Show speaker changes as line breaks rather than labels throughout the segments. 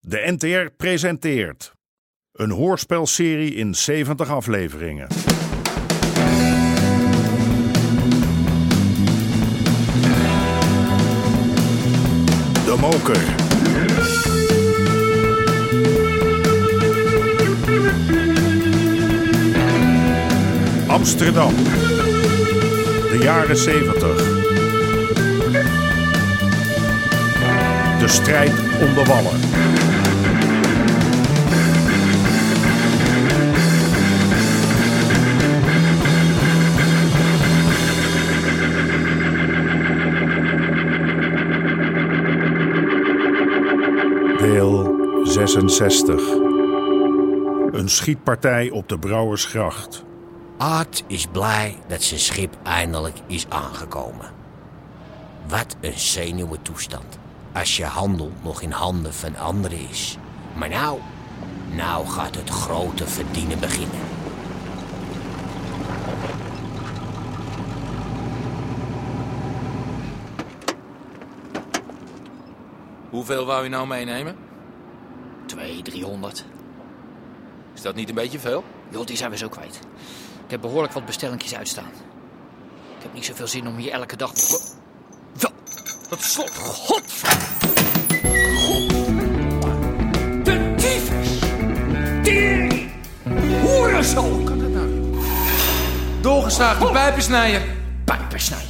De NTR presenteert een hoorspelserie in 70 afleveringen. De Moker. Amsterdam. De jaren 70. De strijd om de wallen. Deel 66. Een schietpartij op de Brouwersgracht.
Art is blij dat zijn schip eindelijk is aangekomen. Wat een zenuwentoestand als je handel nog in handen van anderen is. Maar nou, nou gaat het grote verdienen beginnen.
Hoeveel wou je nou meenemen?
200, 300.
Is dat niet een beetje veel?
Joh, die zijn we zo kwijt. Ik heb behoorlijk wat bestellingjes uitstaan. Ik heb niet zoveel zin om hier elke dag... Wel,
Dat slot.
God! De tyfus! Tering! Hoerenzoon! nou? Oh!
Doorgeslagen pijpensnijer.
Pijpersnijer.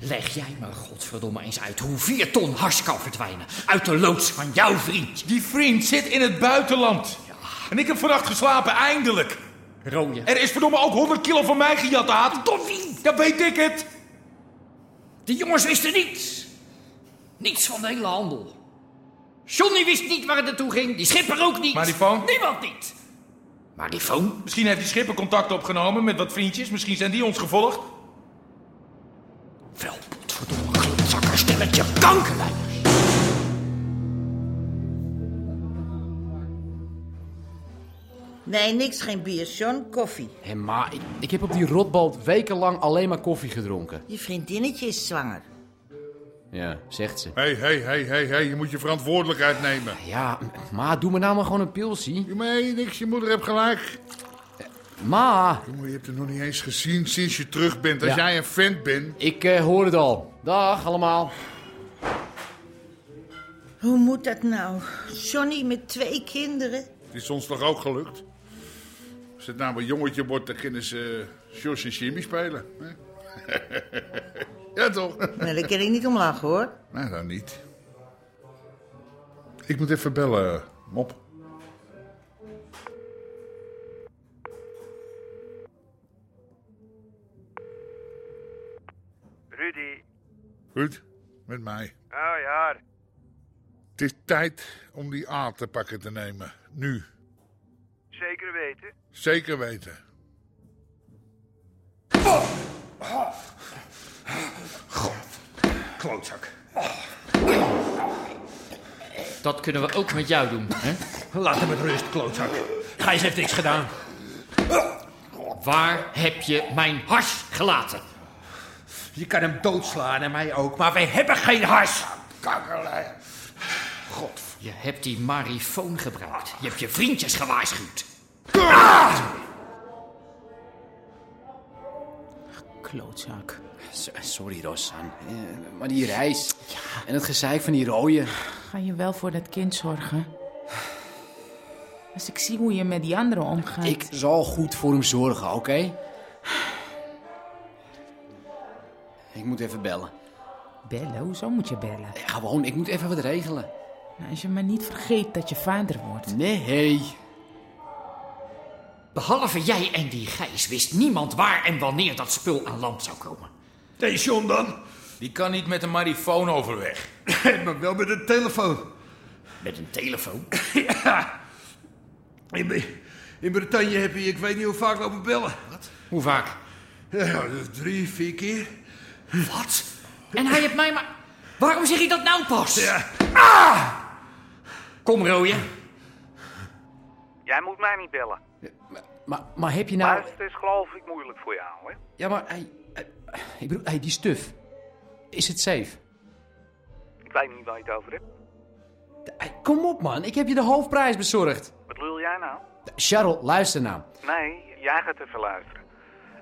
Leg jij me godverdomme eens uit hoe vier ton hars kan verdwijnen uit de loods van jouw vriend.
Die vriend zit in het buitenland. En ik heb vannacht geslapen, eindelijk.
Rooie.
Er is verdomme ook 100 kilo van mij gejat, haat.
Door wie?
Ja, weet ik het.
De jongens wisten niets. Niets van de hele handel. Johnny wist niet waar het naartoe ging. Die schipper ook niet.
Maar die phone?
Niemand niet. Maar die phone?
Misschien heeft die schipper contact opgenomen met wat vriendjes. Misschien zijn die ons gevolgd.
Wel, potverdomme klootzakker, stelletje kankerlijners.
Nee, niks, geen bier, John. Koffie.
Hé, ma, ik, ik heb op die rotbal wekenlang alleen maar koffie gedronken.
Je vriendinnetje is zwanger.
Ja, zegt ze.
Hé, hé, hé, hé, hé, je moet je verantwoordelijkheid nemen.
Ja, ma, doe me nou maar gewoon een pilsie.
Je meent niks, je moeder hebt gelijk.
Ma,
Jongen, je hebt het nog niet eens gezien sinds je terug bent. Als
Ja.
jij een vent bent,
ik eh, hoor het al. Dag allemaal.
Hoe moet dat nou? Johnny met twee kinderen?
het is ons toch ook gelukt? Als het nou een jongetje wordt, dan kunnen ze eh, Jos en Jimmy spelen. hè? ja, toch?
Nou, daar kan ik niet om lachen, hoor.
nou, dan niet. Ik moet even bellen, mop.
Rudy.
Goed, met mij.
Oh ja,
Het is tijd om die A te pakken te nemen. Nu.
zeker weten.
Zeker weten.
Klootzak.
Dat kunnen we ook met jou doen, hè?
Laat hem met rust, klootzak. Gijs heeft niks gedaan.
Waar heb je mijn hars gelaten?
Je kan hem doodslaan en mij ook, maar wij hebben geen hars.
Je hebt die marifoon gebruikt. Je hebt je vriendjes gewaarschuwd.
Klootzak. sorry, Rossan. Eh, maar die reis. En het gezeik van die rooien.
Ga je wel voor dat kind zorgen? Als ik zie hoe je met die anderen omgaat.
Ik zal goed voor hem zorgen, oké? Ik moet even bellen.
Bellen? Hoezo moet je bellen?
Eh, Gewoon, ik moet even wat regelen.
Nou, als je maar niet vergeet dat je vader wordt.
Nee.
Behalve jij en die Gijs wist niemand waar en wanneer dat spul aan land zou komen.
Nee, John dan.
Die kan niet met een marifoon overweg.
Maar wel met de telefoon.
Met een telefoon.
In, in Bretagne heb je, ik weet niet hoe vaak, lopen bellen. Wat?
Hoe vaak?
Ja, drie, vier keer.
Wat? En hij heeft mij maar... Waarom zeg je dat nou pas?
Ah!
Kom, Rooie.
Jij moet mij niet bellen.
Maar, maar heb je nou...
Maar het is geloof ik moeilijk voor jou, hè?
Ja, maar hij, hij- ik bedoel, hey, die stuf. Is het safe?
Ik weet niet waar je het over hebt.
Kom op, man. Ik heb je de hoofdprijs bezorgd.
Wat lul jij nou?
Charles, luister nou.
Nee, jij gaat even luisteren.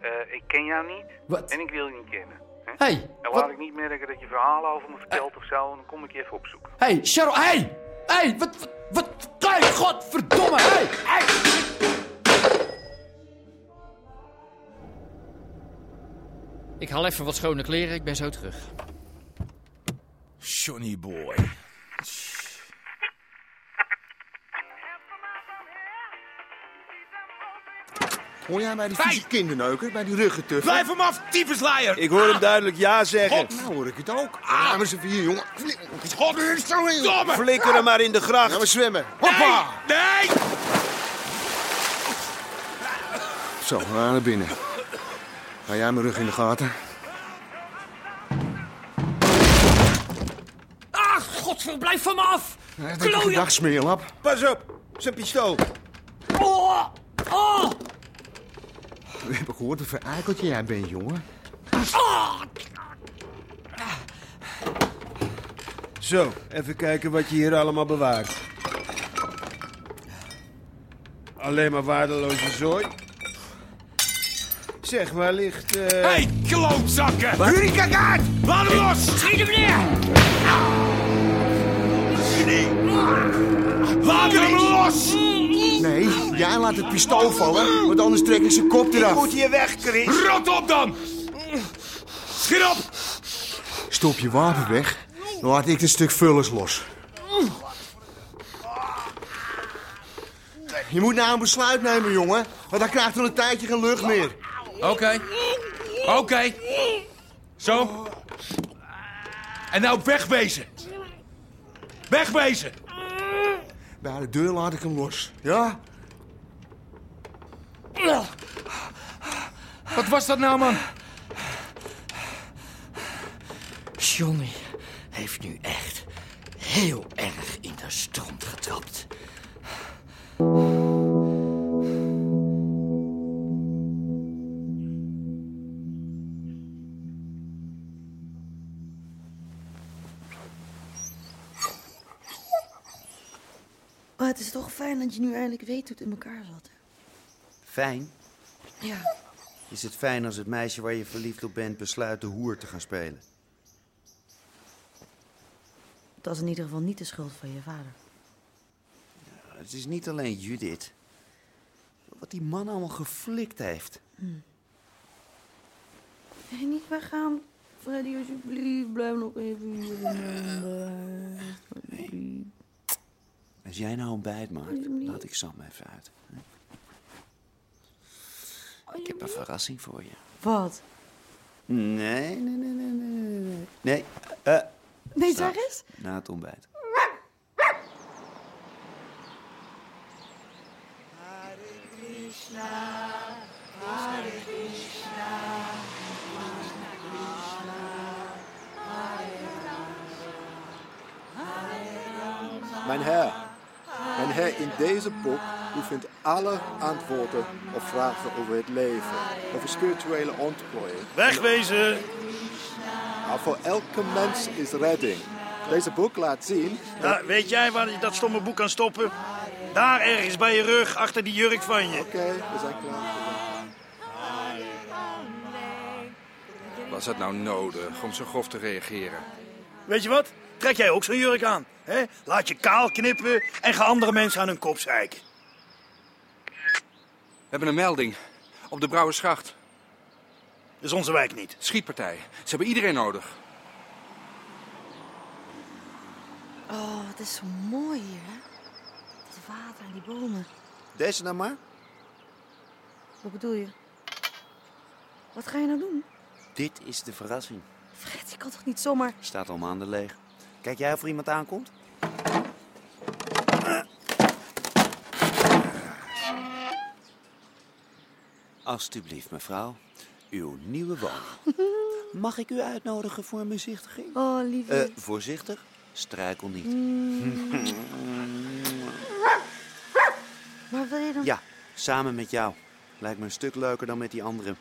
Eh, ik ken jou niet.
Wat?
En ik wil je niet kennen. hè?
Hey,
En laat
wat-
ik niet merken dat je verhalen over me vertelt of zo. En dan kom ik je even opzoeken.
Hey, Charles, hey! Hey, wat, wat, wat, hey, godverdomme, hey, hey!
Ik haal even wat schone kleren, ik ben zo terug.
Johnny boy.
Hoor jij mij die vieze kinderneuker bij die ruggetuffen?
Blijf hem af, tyfuslijer!
Ik hoor hem duidelijk ja zeggen.
God.
Nou hoor ik het ook. Ah. Ja, maar ze vier, jongen.
Godverdomme!
Flikker hem maar in de gracht. Gaan we zwemmen. Hoppa!
Nee!
Zo, we gaan naar binnen. Ga jij mijn rug in de gaten?
Ah, godver, blijf van me af! Klooien!
Dag, smeerlap. Pas op, zijn pistool.
Oh, oh,
We hebben gehoord wat voor eikeltje jij bent, jongen.
oh.
Zo, even kijken wat je hier allemaal bewaart. Alleen maar waardeloze zooi. Zeg, waar ligt... eh
Hey, klootzakken!
Wat?
Hurricane! Laat hem los! Schiet hem neer!
Laat hem los! Nee, jij laat het pistool vallen, want anders trek ik zijn kop eraf.
Ik moet hier weg, Chris.
Rot op dan! Schiet op!
Stop je wapen weg, dan laat ik een stuk vullers los. Je moet nou een besluit nemen, jongen. Want hij krijgt al een tijdje geen lucht meer.
Oké.
Oké.
Zo. En nou wegwezen. Wegwezen.
Bij de deur laat ik hem los. Ja?
Wat was dat nou, man?
Johnny heeft nu echt heel erg in de stront getrapt.
Oh, het is toch fijn dat je nu eindelijk weet hoe het in elkaar zat.
Fijn?
Ja.
Is het fijn als het meisje waar je verliefd op bent besluit de hoer te gaan spelen?
Dat is in ieder geval niet de schuld van je vader.
Het is niet alleen Judith. Wat die man allemaal geflikt heeft.
Hey, niet weggaan. Freddy, alsjeblieft, blijf nog even hier.
Als jij nou ontbijt maakt,
Alsjeblieft.
laat ik Sam even uit. Ik heb een verrassing voor je.
Wat?
Nee, nee, nee, nee, nee, nee. Nee, eh,
Nee,
Straks.
zeg eens.
na het ontbijt.
Mijn Heer, mijn Heer, in deze boek u vindt alle antwoorden op vragen over het leven, over spirituele ontplooiing.
Wegwezen!
Maar Nou, voor elke mens is redding. Deze boek laat zien dat...
Ja, weet jij waar je dat stomme boek kan stoppen? Daar ergens bij je rug, achter die jurk van je.
Oké, we zijn klaar.
Was dat nou nodig om zo grof te reageren?
Weet je wat? Trek jij ook zo'n jurk aan. Hè? Laat je kaal knippen en ga andere mensen aan hun kop zeiken.
We hebben een melding. Op de Brouwersgracht.
Dat is onze wijk niet.
Schietpartij. Ze hebben iedereen nodig.
Oh, het is zo mooi hier, hè? Het water en die bomen.
Deze nou maar.
Wat bedoel je? Wat ga je nou doen?
Dit is de verrassing.
Fred, je kan toch niet zomaar...
Staat al maanden leeg. Kijk jij of er iemand aankomt? Alsjeblieft, mevrouw. Uw nieuwe woning. Mag ik u uitnodigen voor een bezichtiging?
Oh, lieve.
Eh, voorzichtig, struikel niet.
Maar wil je dan...
Ja, samen met jou. Lijkt me een stuk leuker dan met die anderen.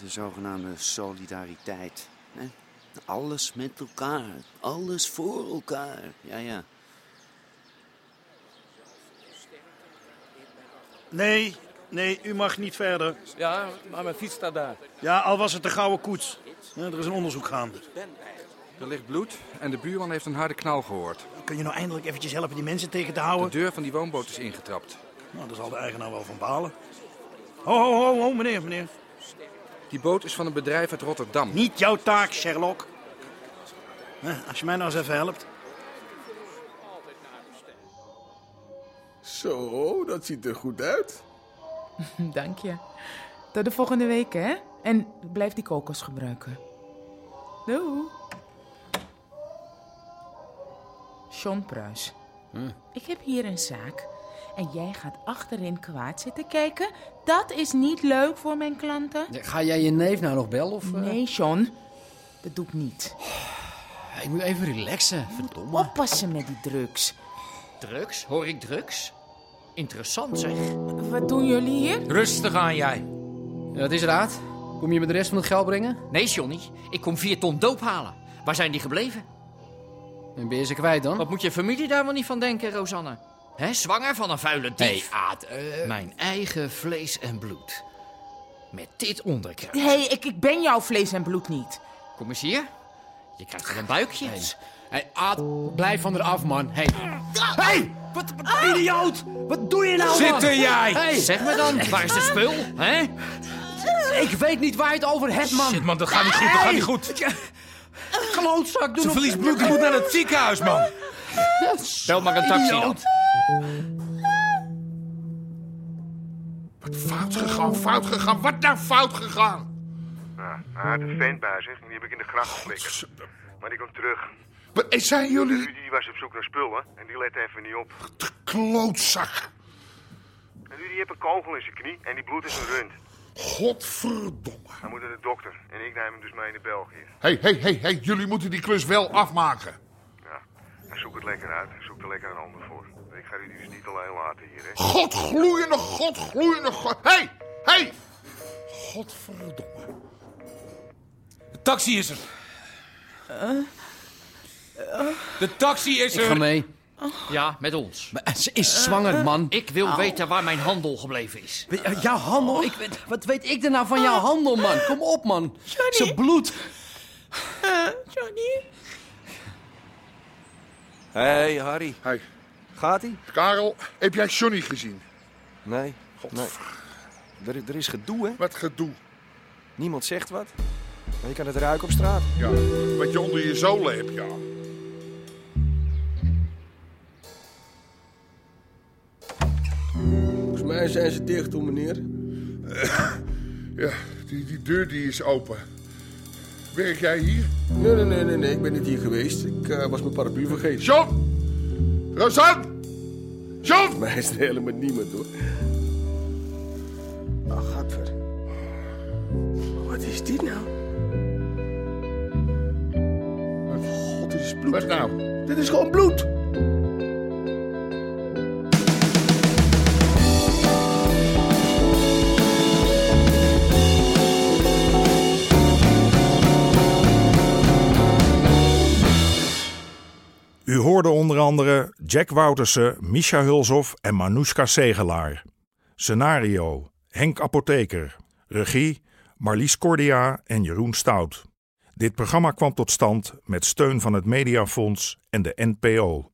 De zogenaamde solidariteit. Hè? Alles met elkaar. Alles voor elkaar. Ja, ja.
Nee, nee, u mag niet verder.
Ja, maar mijn fiets staat daar.
Ja, al was het de gouden koets. Ja, er is een onderzoek gaande.
Er ligt bloed en de buurman heeft een harde knal gehoord.
Kun je nou eindelijk eventjes helpen die mensen tegen te houden?
De deur van die woonboot is ingetrapt.
Nou, daar zal de eigenaar wel van balen. Ho, ho, ho, ho, meneer, meneer.
Die boot is van een bedrijf uit Rotterdam.
Niet jouw taak, Sherlock. Hè, Als je mij nou eens even helpt.
Zo, dat ziet er goed uit.
Dank je. Tot de volgende week, hè? En blijf die kokos gebruiken. Doei. John Pruis. Ik heb hier een zaak. En jij gaat achterin kwaad zitten kijken? Dat is niet leuk voor mijn klanten.
Ga jij je neef nou nog bellen? Of,
Nee, John. Dat doe ik niet.
Ik moet even relaxen. Verdomme.
Oppassen met die drugs.
Drugs? Hoor ik drugs? Interessant zeg.
Wat doen jullie hier?
Rustig aan jij.
Dat is raad. Kom je me de rest van het geld brengen?
Nee, Johnny. Ik kom vier ton doop halen. Waar zijn die gebleven?
En ben je ze kwijt dan?
Wat moet je familie daar wel niet van denken, Rosanne? Hè, zwanger van een vuile dief.
Hey,
aad, eh, Mijn eigen vlees en bloed. Met dit onderkruid.
Hé, hey, ik, ik ben jouw vlees en bloed niet.
Kom eens hier. Je krijgt er een buikje. Hé,
Aad, blijf van eraf, man. Hé. Hey,
Ah. wat, wat Ah. idioot! Wat doe je
nou, man? Zitten jij?
Hey, zeg me dan, waar is de spul? Hè?
Ik weet niet waar je het over hebt, man.
Shit, man, dat gaat niet goed, dat gaat niet goed.
Geloodzak, doe
Ze
nog-
verliest bloed, die moet naar het ziekenhuis, man.
Bel maar een taxi dan.
Fout gegaan, fout gegaan. Wat nou fout gegaan?
Nou, nou, de vent bij zich, die heb ik in de gracht geflikkerd. Maar die komt terug.
Wat eh, zijn jullie
Rudy was op zoek naar spullen en die let even niet op.
klootzak?
En Rudy heeft een kogel in zijn knie en die bloed is een rund.
Godverdomme.
Hij moet naar de dokter en ik neem hem dus mee naar België.
Hé, hé, hé, hé. Jullie moeten die klus wel afmaken.
Ja, hij zoekt het lekker uit. Hij zoekt er lekker een ander voor. Ik ga Rudy dus niet alleen laten hier, hè.
God gloeiende, God gloeiende, God. Hé, hey, hé. Hey. Godverdomme.
De taxi is er. De taxi is
Ik
er.
ga
mee. eh,
Ja, met ons.
Ze is zwanger, man.
Eh, Ik wil
Au.
weten waar mijn handel gebleven is.
Jouw handel? Ik weet- wat weet ik er nou van
Eh,
jouw handel, man? Kom op, man. Ze bloed.
Eh,
Johnny?
Hey, Harry. Hey. Gaat ie? Karel, heb jij Johnny gezien?
Nee. nee. Er, er is gedoe, hè?
Wat gedoe?
Niemand zegt wat. Maar je kan het ruiken op straat.
Ja, wat je onder je zolen hebt, ja.
Volgens mij zijn ze dicht, hoor, meneer.
Eh, Ja, die, die deur die is open. Werk jij hier?
Nee, nee, nee, nee, nee. Ik ben niet hier geweest. Ik eh, was mijn paraplu vergeten.
John! Rosanne! John! Volgens
mij is er helemaal niemand, hoor. Ach, gadver. Wat is dit nou? God, dit is bloed.
Wat nou?
Dit is gewoon bloed.
U hoorde onder andere Jack Woutersen, Misha Hulshoff en Manoushka Segelaar. Scenario: Henk Apotheker. Regie: Marlies Cordia en Jeroen Stout. Dit programma kwam tot stand met steun van het Mediafonds en de NPO.